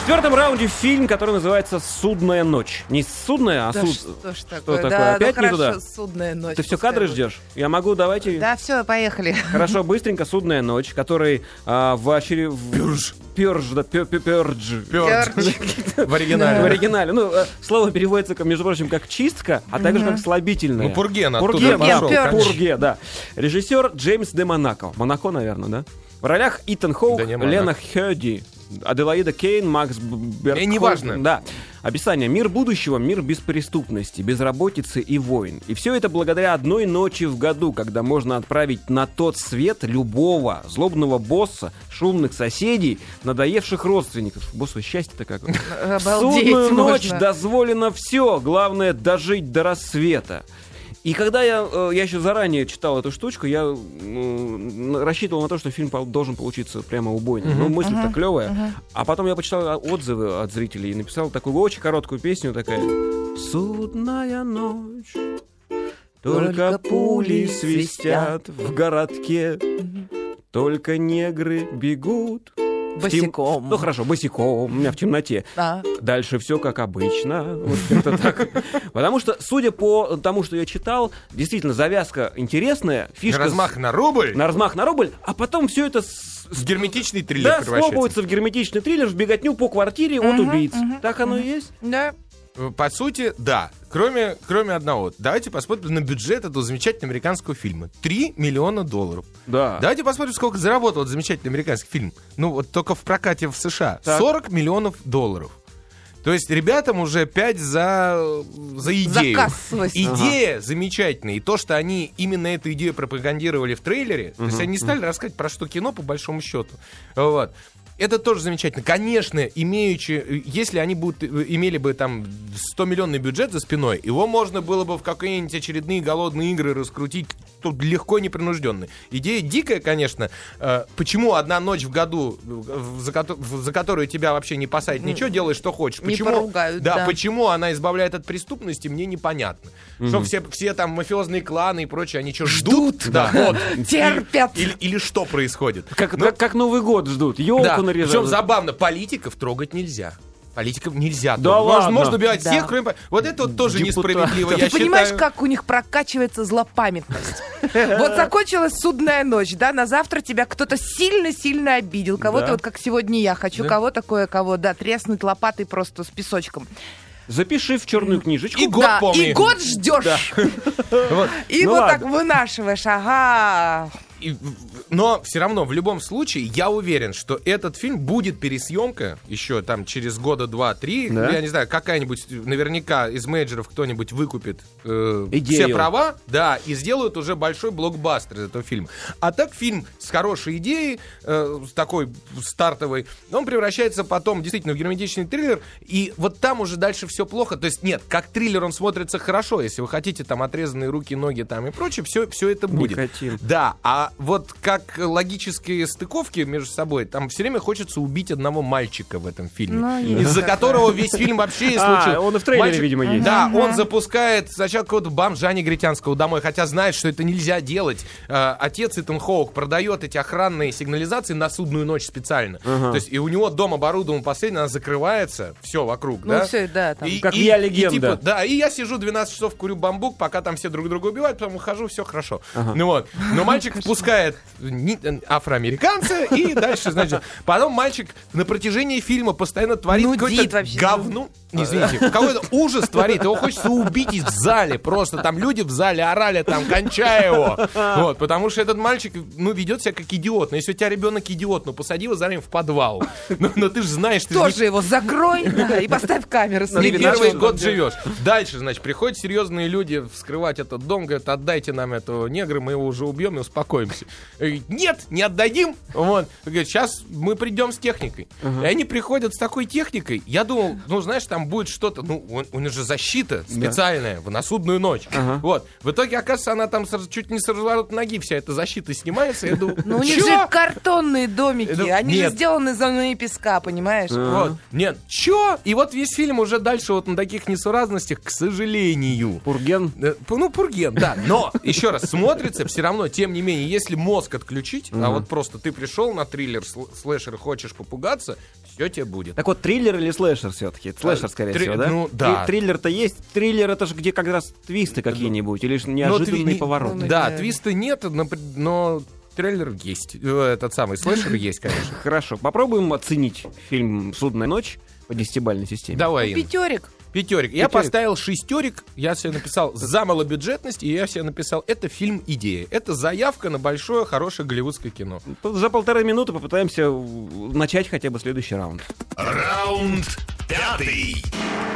четвертом раунде фильм, который называется «Судная ночь». Не «Судная», а
Да
«Суд».
что ж такое? Да,
такое?
да ну
Опять не
хорошо,
туда?
судная ночь.
Ты все
пускай
кадры
будет.
ждешь? Я могу, давайте...
Да, все, поехали.
Хорошо, быстренько «Судная ночь», который а, в очередь... Пёрж. Пёрж, да, пё- пё- пёрдж.
В
В
оригинале.
оригинале. Ну, э, слово переводится, как, между прочим, как чистка, а также как слабительное.
Ну, Пурген оттуда
Пурген, да,
пошел,
Пурге,
конечно.
да. Режиссер Джеймс де Монако. Монако, наверное, да? В ролях Итан Хоук,
Да не Монако.
Лена Хёди, Аделаида Кейн, Макс Берг.
Э, неважно.
Да. Описание. Мир будущего, мир без преступности, безработицы и войн. И все это благодаря одной ночи в году, когда можно отправить на тот свет любого злобного босса, шумных соседей, надоевших родственников. Боссу счастье-то как. В
Обалдеть
судную ночь
можно.
дозволено все, главное дожить до рассвета. И когда я, э, я еще заранее читал эту штучку, я м, н- рассчитывал на то, что фильм пол- должен получиться прямо убойным. Ну, мысль-то клевая. А потом я почитал а, отзывы от зрителей и написал такую очень короткую песню, такая «Судная ночь». Только
Только
пули
пули
свистят в городке, только негры бегут. в тем-
Босиком.
Ну хорошо, босиком, у меня в темноте.
Да.
Дальше все как обычно. Вот как-то так. Потому что, судя по тому, что я читал, действительно завязка интересная, фишка
Размах
с-
на рубль.
на размах на рубль, а потом все это с-
В герметичный триллер
да,
превращается.
схлопывается в герметичный триллер, в беготню по квартире от убийц. Так оно и есть?
Да.
По сути, да. Кроме, кроме одного. Давайте посмотрим на бюджет этого замечательного американского фильма. 3 миллиона долларов.
Да.
Давайте посмотрим, сколько заработал этот замечательный американский фильм. Ну, вот только в прокате в США.
Так.
40 миллионов долларов. То есть ребятам уже 5 за, за идею.
кассовость.
Идея замечательная. И то, что они именно эту идею пропагандировали в трейлере, то есть они не стали рассказывать про что кино, по большому счету. Вот. Это тоже замечательно. Конечно, имеючи, э, если они будут, э, имели бы там 100-миллионный бюджет за спиной, его можно было бы в какие-нибудь очередные голодные игры раскрутить тут легко и непринужденно. Идея дикая, конечно. Э, Почему одна ночь в году, э, в- за, кото- в- за которую тебя вообще не пасает ничего, делаешь, что хочешь.
не
Почему,
поругают, да.
почему Почему она избавляет от преступности, мне непонятно. Что все, все там мафиозные кланы и прочее, они что, ждут? Да, вот.
Терпят.
Или, или что происходит?
Как, как, как Новый год ждут, елку
Ну, Да.
наряжают.
Причем забавно, политиков трогать нельзя. Политиков нельзя.
Да
трогать. можно,
ладно?
можно убивать
Да.
всех, кроме... по- Вот это вот тоже
Депутатов.
несправедливо,
Ты
я
Ты понимаешь,
считаю.
как у них прокачивается злопамятность? Вот закончилась судная ночь, да, на завтра тебя кто-то сильно-сильно обидел. Кого-то
Да.
вот как сегодня я хочу,
Да.
кого-то кое-кого, да, треснуть лопатой просто с песочком.
Запиши в черную книжечку.
И год
да,
помни.
и год ждешь.
Вот.
И
Ну
вот
ладно.
так вынашиваешь, ага.
И- но все равно, в любом случае, я уверен, что этот фильм будет пересъемка еще там через года два-три. Ну,
Да?
Я не знаю, какая-нибудь, наверняка из менеджеров кто-нибудь выкупит э,
Идею.
все права, да, и сделают уже большой блокбастер из этого фильма. А так фильм с хорошей идеей, э, с такой стартовой, он превращается потом действительно в герметичный триллер, и вот там уже дальше все плохо. То есть нет, как триллер он смотрится хорошо, если вы хотите там отрезанные руки, ноги там и прочее, все, все это будет.
Никотин.
Да, а вот как логические стыковки между собой, там все время хочется убить одного мальчика в этом фильме,
Ну, есть
из-за
такое.
которого весь фильм вообще и
А,
случился.
он и в трейлере, видимо, есть.
Да, он запускает сначала какого-то бомжа негритянского домой, хотя знает, что это нельзя делать. Э, Отец Итан Хоук продает эти охранные сигнализации на судную ночь специально. То есть и у него дом оборудован последний, она закрывается, все вокруг,
Ну
да?
все, да, там.
Как я легенда.
типа, да, и я сижу 12 часов, курю бамбук, пока там все друг друга убивают, потом ухожу, все хорошо. Ну вот. Но мальчик впускает ни- э, афроамериканца, и дальше, значит, потом мальчик на протяжении фильма постоянно творит
Нудит
какой-то
вообще.
говну. Извините, какой-то ужас творит, его хочется убить и в зале просто. Там люди в зале орали, там, кончай его. Вот, потому что этот мальчик, ну, ведет себя как идиот. Но если у тебя ребенок идиот, ну, посади его за ним в подвал. Но, но ты же знаешь, ты же не
Тоже его закрой да, и поставь камеры.
не
смотри,
первый
что он
год
там делает.
живешь. Дальше, значит, приходят серьезные люди вскрывать этот дом, говорят, отдайте нам этого негра, мы его уже убьем и успокоимся. И говорит, Нет, не отдадим. Вот. И Говорит, сейчас мы придем с техникой. И они приходят с такой техникой. Я думал, ну, знаешь, там будет что-то, ну, он- у него же защита специальная в- на судную ночь. Вот. В итоге, оказывается, она там с- чуть не с разворота ноги вся эта защита снимается. Я думаю,
Ну у них
«Чё?»
же картонные домики,
Это-
они
Нет.
же сделаны из зоны песка, понимаешь?
Вот. Нет, чё? И вот весь фильм уже дальше вот на таких несуразностях, к сожалению.
Пурген.
Э, Ну, Пурген, да. Но, еще раз, смотрится все равно, тем не менее, если мозг отключить, а
Мгм.
вот просто ты пришел на триллер, сл- слэшер, хочешь попугаться, все тебе будет.
Так вот, триллер или слэшер все-таки? Слэшер, скорее
Три-
всего, да?
ну, да.
Три- Триллер-то есть. Триллер это же где как раз твисты какие-нибудь, или ж неожиданные
Ну, не-
повороты.
Да,
Э,
твиста нет, но, при- но трейлер есть. Э, Этот самый слэшер есть, конечно.
Хорошо, попробуем оценить фильм «Судная ночь» по десятибальной системе.
Давай, Ин.
Пятерик.
Пятерик. Я
Пятерик.
поставил шестерик, я себе написал за малобюджетность, и я себе написал, это фильм идея. Это заявка на большое, хорошее голливудское кино.
За полторы минуты попытаемся в- начать хотя бы следующий раунд.
Раунд пятый.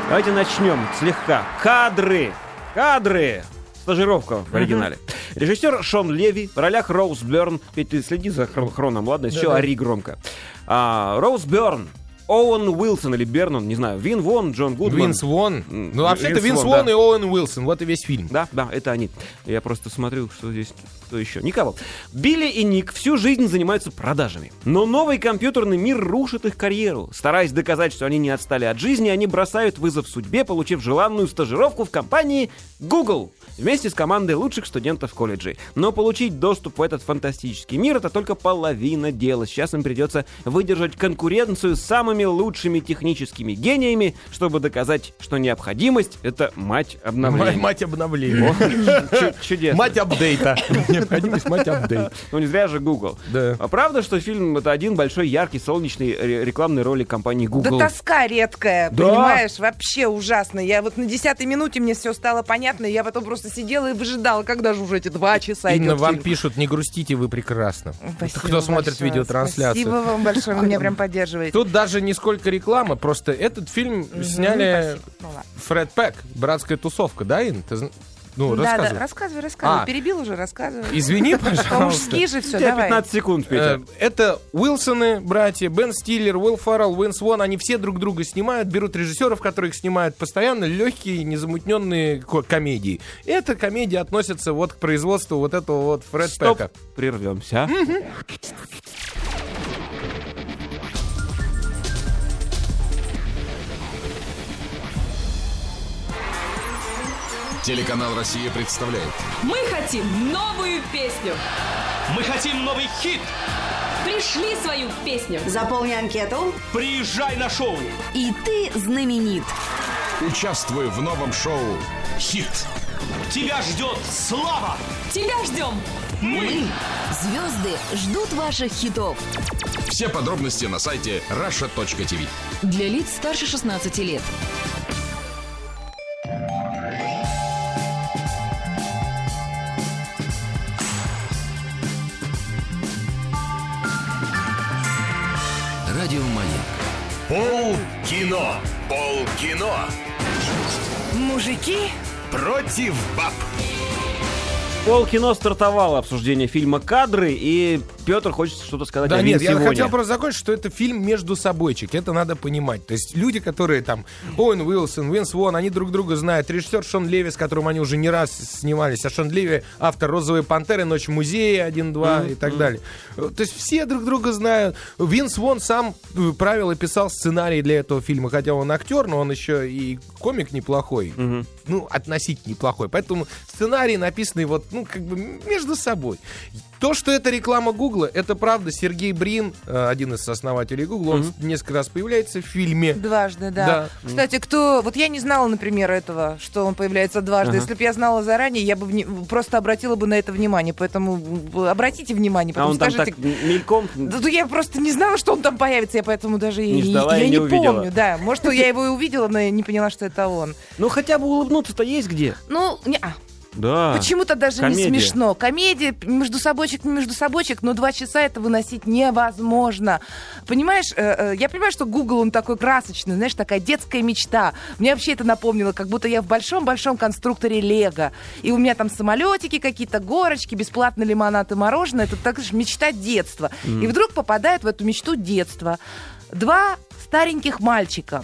Давайте начнем слегка. Кадры! Кадры! Стажировка в оригинале. Режиссер Шон Леви в ролях Роуз Берн. Петь, ты следи за хрон- хроном, ладно? Еще ори громко. А, Роуз Берн, Оуэн Уилсон или Бернон, не знаю. Вин Вон, Джон Гудман.
Винс Вон.
М,
Ну, вообще-то
Винс
Винс
Вон,
Вон
да.
и Оуэн Уилсон. Вот и весь фильм.
Да, да, это они. Я просто смотрю, что здесь кто еще. Никого. Билли и Ник всю жизнь занимаются продажами. Но новый компьютерный мир рушит их карьеру. Стараясь доказать, что они не отстали от жизни, они бросают вызов судьбе, получив желанную стажировку в компании Google вместе с командой лучших студентов колледжей. Но получить доступ в этот фантастический мир — это только половина дела. Сейчас им придется выдержать конкуренцию с самыми лучшими техническими гениями, чтобы доказать, что необходимость — это мать обновления.
М- Мать обновления.
Чу- Чудесно.
Мать апдейта. Необходимость мать апдейт.
Ну не зря же Google.
Да.
А правда, что фильм это один большой яркий солнечный ре- рекламный ролик компании Google?
Да тоска редкая,
Да.
понимаешь, вообще ужасно. Я вот на десятой минуте мне все стало понятно, и я потом просто сидела и выжидала, когда же уже эти два часа
Инна,
идет
вам
фильм.
пишут, не грустите, вы прекрасно.
Спасибо
Кто смотрит
большое.
видеотрансляцию.
Спасибо вам большое, вы меня прям поддерживаете.
Тут даже не сколько реклама, просто этот фильм
Мгм,
сняли
Ну, спасибо. Ну ладно.
Фред Пэк, братская тусовка, да, Ин? Ты зн- Ну,
Да, да,
рассказывай.
рассказывай, рассказывай.
А.
Перебил уже, рассказывай.
Извини, пожалуйста.
По-мужски же
У
все,
тебя
давай.
15 секунд,
Э,
Петя.
Это Уилсоны, братья, Бен Стиллер, Уилл Фаррелл, Уинс Вон, они все друг друга снимают, берут режиссеров, которые их снимают постоянно, легкие, незамутненные ко- комедии. Эта комедия относится вот к производству вот этого вот Фред
Стоп.
Пэка.
Прервемся.
Телеканал «Россия» представляет.
Мы хотим новую песню.
Мы хотим новый хит.
Пришли свою песню.
Заполни анкету.
Приезжай на шоу.
И ты знаменит.
Участвуй в новом шоу «Хит».
Тебя ждет слава.
Тебя ждем.
Мы, звезды, ждут ваших хитов.
Все подробности на сайте rusha.tv.
Для лиц старше 16 лет.
Радиомания.
Пол кино. Пол кино.
Мужики.
Против баб.
Полкино стартовало обсуждение фильма «Кадры», и Петр хочет что-то сказать
Да
о
нет,
Винсе
я
Воне.
хотел просто закончить, что это фильм между собойчик, это надо понимать. То есть люди, которые там, Оуэн Уилсон, Винс Вон, они друг друга знают. Режиссер Шон Леви, с которым они уже не раз снимались, а Шон Леви автор «Розовые пантеры», «Ночь в музее» 1-2 и так далее. Э, То есть все друг друга знают. Винс Вон сам э, правил и писал сценарий для этого фильма, хотя он актер, но он еще и комик неплохой. Ну, относительно неплохой. Поэтому сценарий написанный вот, ну, как бы между собой. То, что это реклама Гугла, это правда. Сергей Брин, э, один из основателей Гугла, он несколько раз появляется в фильме.
Дважды, да.
Да.
Кстати, кто... Вот я не знала, например, этого, что он появляется дважды.
Ага.
Если бы я знала заранее, я бы вне- просто обратила бы на это внимание. Поэтому м, обратите внимание,
А
потом
он там
скажите...
так м- мельком...
Да, ну, я просто не знала, что он там появится, я поэтому даже и-
Не ждала и
я
не увидела.
помню, да. Может, я его и увидела, но я не поняла, что это он.
Ну хотя бы улыбнуться-то есть где.
Ну, не, а,
Да.
почему-то даже
комедия.
не смешно. Комедия, между собочек, не между собочек, но два часа это выносить невозможно. Понимаешь, э, э, я понимаю, что Google, он такой красочный, знаешь, такая детская мечта. Мне вообще это напомнило, как будто я в большом-большом конструкторе Лего. И у меня там самолетики какие-то, горочки, бесплатный лимонад и мороженое. Это так же мечта детства. И вдруг попадает в эту мечту детства два стареньких мальчика.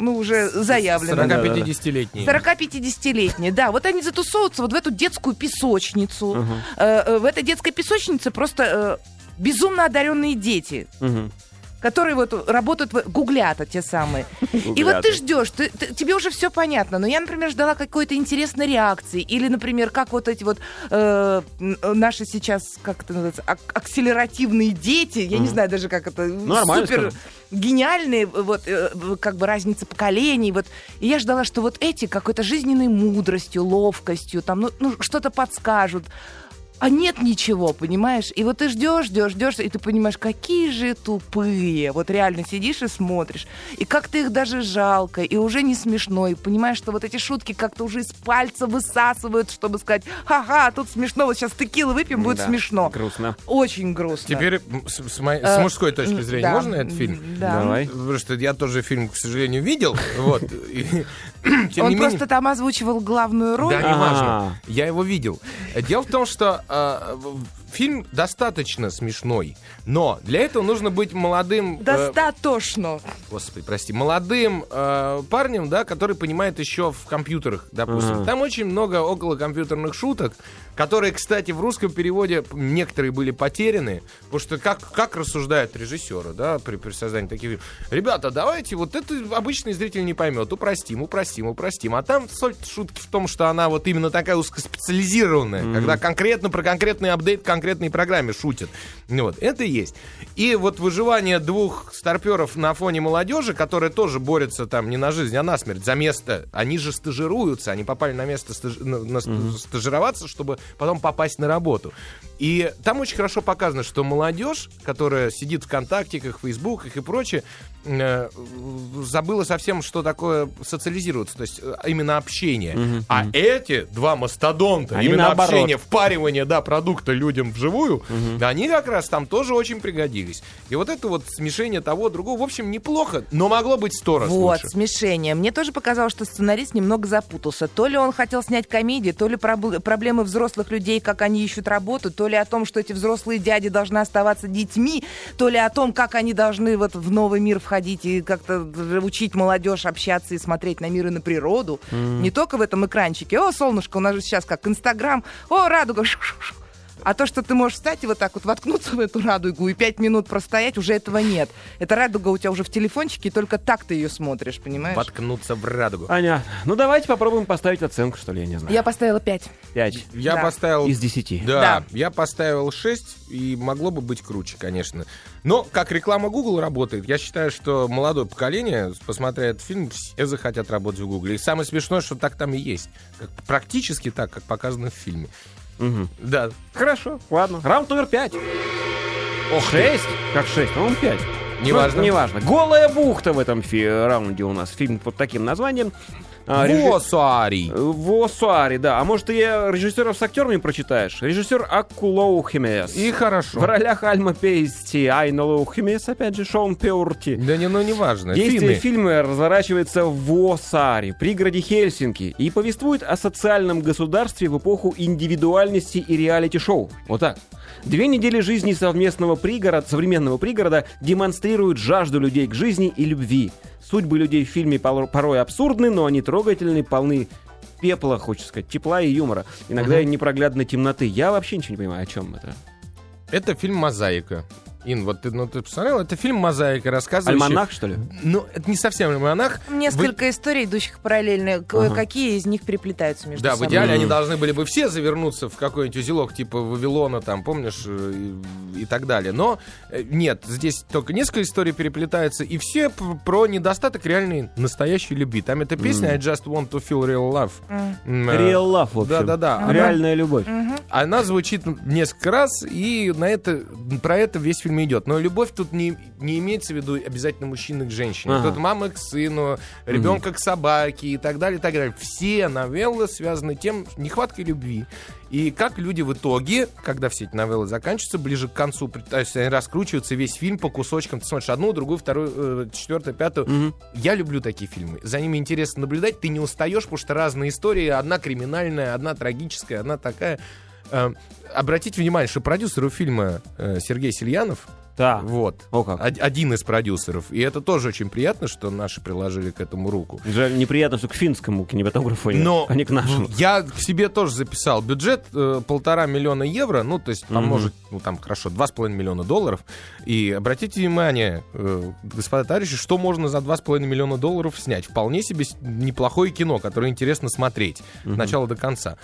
Ну, уже заявлено.
40-50-летний.
40-50-летние, да. Вот они затусовываются вот в эту детскую песочницу.
Мгм.
Э, э, В этой детской песочнице просто э, безумно одаренные дети.
Мгм.
которые вот работают, в- гуглята те самые. И вот
Гуглята.
ты ждешь, ты- ты- тебе уже все понятно. Но я, например, ждала какой-то интересной реакции. Или, например, как вот эти вот э, н- наши сейчас, как это называется, ак- акселеративные дети, я не
Мгм. Ну,
знаю даже, как это,
нормально,
супер
скажем.
гениальные, вот, э, в- как бы разница поколений. Вот. И я ждала, что вот эти какой-то жизненной мудростью, ловкостью, там, ну, ну, что-то подскажут. А нет ничего, понимаешь? И вот ты ждешь, ждешь, ждешь, и ты понимаешь, какие же тупые. Вот реально сидишь и смотришь. И как-то их даже жалко, и уже не смешно. И понимаешь, что вот эти шутки как-то уже из пальца высасывают, чтобы сказать, ха-ха, тут смешно, вот сейчас текилы выпьем, будет
Да,
смешно.
Грустно.
Очень грустно.
Теперь м, с, с моей-
Э,
с мужской точки
м,
зрения,
да,
можно этот фильм?
м, Да.
Давай.
Потому что я тоже фильм, к сожалению, видел. Вот. И, тем
Он
не менее-
просто там озвучивал главную роль.
Да,
Ага.
неважно. Я его видел. Дело в том, что э, в- фильм достаточно смешной, но для этого нужно быть молодым... э,
Достаточно.
Господи, прости, молодым э, парнем, да, который понимает еще в компьютерах, допустим.
Ага.
Там очень много околокомпьютерных шуток, которые, кстати, в русском переводе некоторые были потеряны, потому что как, как рассуждают режиссеры, да, при, при создании таких фильмов. Ребята, давайте, вот это обычный зритель не поймет, упростим, упростим, упростим. А там соль шутки в том, что она вот именно такая узкоспециализированная, когда конкретно про конкретный апдейт к конкретной программе шутит. Ну Вот, это и есть. И вот выживание двух старперов на фоне молодежи, которые тоже борются там не на жизнь, а на смерть за место. Они же стажируются, они попали на место стаж- на- на ст- стажироваться, чтобы потом попасть на работу. И там очень хорошо показано, что молодежь, которая сидит в ВКонтактиках, Фейсбуках и прочее, э, забыла совсем, что такое социализироваться, то есть э, именно общение. А эти два мастодонта,
Они
именно
наоборот.
общение, впаривание, да, продукта людям вживую, они как раз там тоже очень пригодились. И вот это вот смешение того, другого, в общем, неплохо, но могло быть сто раз
Вот,
лучше.
смешение. Мне тоже показалось, что сценарист немного запутался. То ли он хотел снять комедию, то ли пробл- проблемы взрослых людей, как они ищут работу, то ли о том, что эти взрослые дяди должны оставаться детьми, то ли о том, как они должны вот в новый мир входить и как-то учить молодежь общаться и смотреть на мир и на природу. Не только в этом экранчике. О, солнышко, у нас же сейчас как Инстаграм. О, радуга. Шу-шу-шу. А то, что ты можешь встать и вот так вот воткнуться в эту радугу и пять минут простоять, уже этого нет. Эта радуга у тебя уже в телефончике, и только так ты ее смотришь, понимаешь?
Воткнуться в радугу.
Аня, ну давайте попробуем поставить оценку, что ли, я не знаю.
Я поставила пять.
Пять
Я
Да.
поставил...
из десяти.
Да,
Да.
я поставил 6, и могло бы быть круче, конечно. Но как реклама Google работает, я считаю, что молодое поколение, посмотря этот фильм, все захотят работать в Google. И самое смешное, что так там и есть. Как- практически так, как показано в фильме.
Мгм.
Да, хорошо.
Ладно. Раунд номер пять. Шесть? Как шесть? По-моему, пять. Ну,
Неважно.
Неважно. Голая бухта в этом фи- раунде у нас. Фильм под таким названием. А, режи-
Восуарий.
Э, Восуари, да. А может, ты я режиссеров с актерами прочитаешь? Режиссер Аккулоу Химес.
И
в
хорошо.
ролях Альма Пейсти, Айна Лоу Химес, опять же, Шон Пеурти.
Да не, ну не важно.
Действие
Финны.
фильма разворачивается в Осаре, пригороде Хельсинки, и повествует о социальном государстве в эпоху индивидуальности и реалити-шоу. Вот так. Две недели жизни совместного пригорода, современного пригорода демонстрируют жажду людей к жизни и любви. Судьбы людей в фильме поло- порой абсурдны, но они трогательны, полны пепла, хочется сказать, тепла и юмора. Иногда и непроглядной темноты. Я вообще ничего не понимаю, о чем это.
Это фильм «Мозаика». Ин, вот ты, ну, ты посмотрел? Это фильм «Мозаика», рассказывающий...
Альманах, что ли?
Ну, это не совсем альманах.
Несколько историй, идущих параллельно. К- Какие из них переплетаются между
Да, в
собой?
идеале они
Мгм.
должны были бы все завернуться в какой-нибудь узелок типа Вавилона, там, помнишь, э, и, и так далее. Но э, нет, здесь только несколько историй переплетаются, и все п- про недостаток реальной настоящей любви. Там эта песня «I just want to feel real love». М, э,
Real love, в общем.
Да-да-да. Она-
Реальная любовь.
Она звучит несколько раз, и на это, про это весь фильм идет. Но любовь тут не, не имеется в виду обязательно мужчины к женщине.
Ага.
Тут мама к сыну, ребенка к собаке и так далее, и так далее. Все новеллы связаны тем, нехваткой любви. И как люди в итоге, когда все эти новеллы заканчиваются, ближе к концу, при- то есть они раскручиваются весь фильм по кусочкам. Ты смотришь одну, другую, вторую, э, четвертую, пятую. Я люблю такие фильмы. За ними интересно наблюдать. Ты не устаешь, потому что разные истории. Одна криминальная, одна трагическая, Эм, одна такая. Э, Обратите внимание, что продюсер у фильма э, Сергей Сельянов,
Да.
Вот.
О как.
Од- Один из продюсеров. И это тоже очень приятно, что наши приложили к этому руку.
Жаль, неприятно, что к финскому кинематографу, нет,
Но
а не к нашему.
Я к себе тоже записал бюджет э, полтора миллиона евро, ну то есть там
Мгм.
может, ну там хорошо, два с половиной миллиона долларов. И обратите внимание, э, господа товарищи, что можно за два с половиной миллиона долларов снять? Вполне себе с- неплохое кино, которое интересно смотреть, от начала до конца.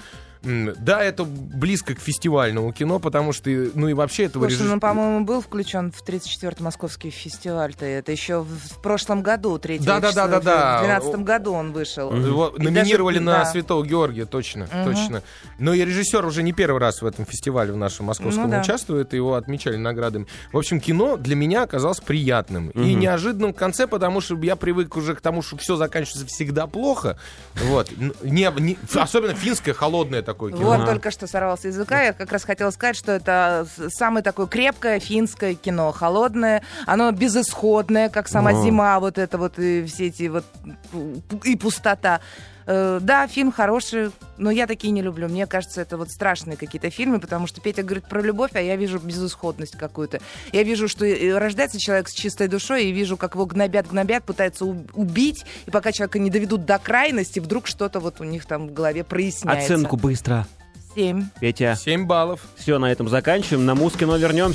М, Да, это близко к фестивальному кино, потому что, э, ну и вообще этого
Слушай,
режисс-
ну, по-моему, был включен в 34-й московский фестиваль-то. Это еще в, в прошлом году, 3
Да-да-да-да-да.
В 2012 году он вышел.
Его
И
номинировали
даже-
на
да.
Святого Георгия, точно,
Мгм.
точно. Но и режиссер уже не первый раз в этом фестивале в нашем московском
Ну да.
участвует, его отмечали наградами. В общем, кино для меня оказалось приятным и
Мгм.
неожиданным в конце, потому что я привык уже к тому, что все заканчивается всегда плохо. Вот. Н- не- не- особенно финское холодное такое кино.
Вот только что сорвался с языка. Я как раз хотела сказать, что это с- самое такое крепкое финское кино. Холодное, оно безысходное, как сама
О.
зима, вот это вот и все эти вот пу- и пустота. Э, Да, фильм хороший, но я такие не люблю. Мне кажется, это вот страшные какие-то фильмы, потому что Петя говорит про любовь, а я вижу безысходность какую-то. Я вижу, что э, рождается человек с чистой душой, и вижу, как его гнобят, гнобят, пытаются у- убить, и пока человека не доведут до крайности, вдруг что-то вот у них там в голове проясняется.
Оценку быстро.
Семь.
Петя,
7 баллов.
все, на этом заканчиваем. На Мускино вернемся.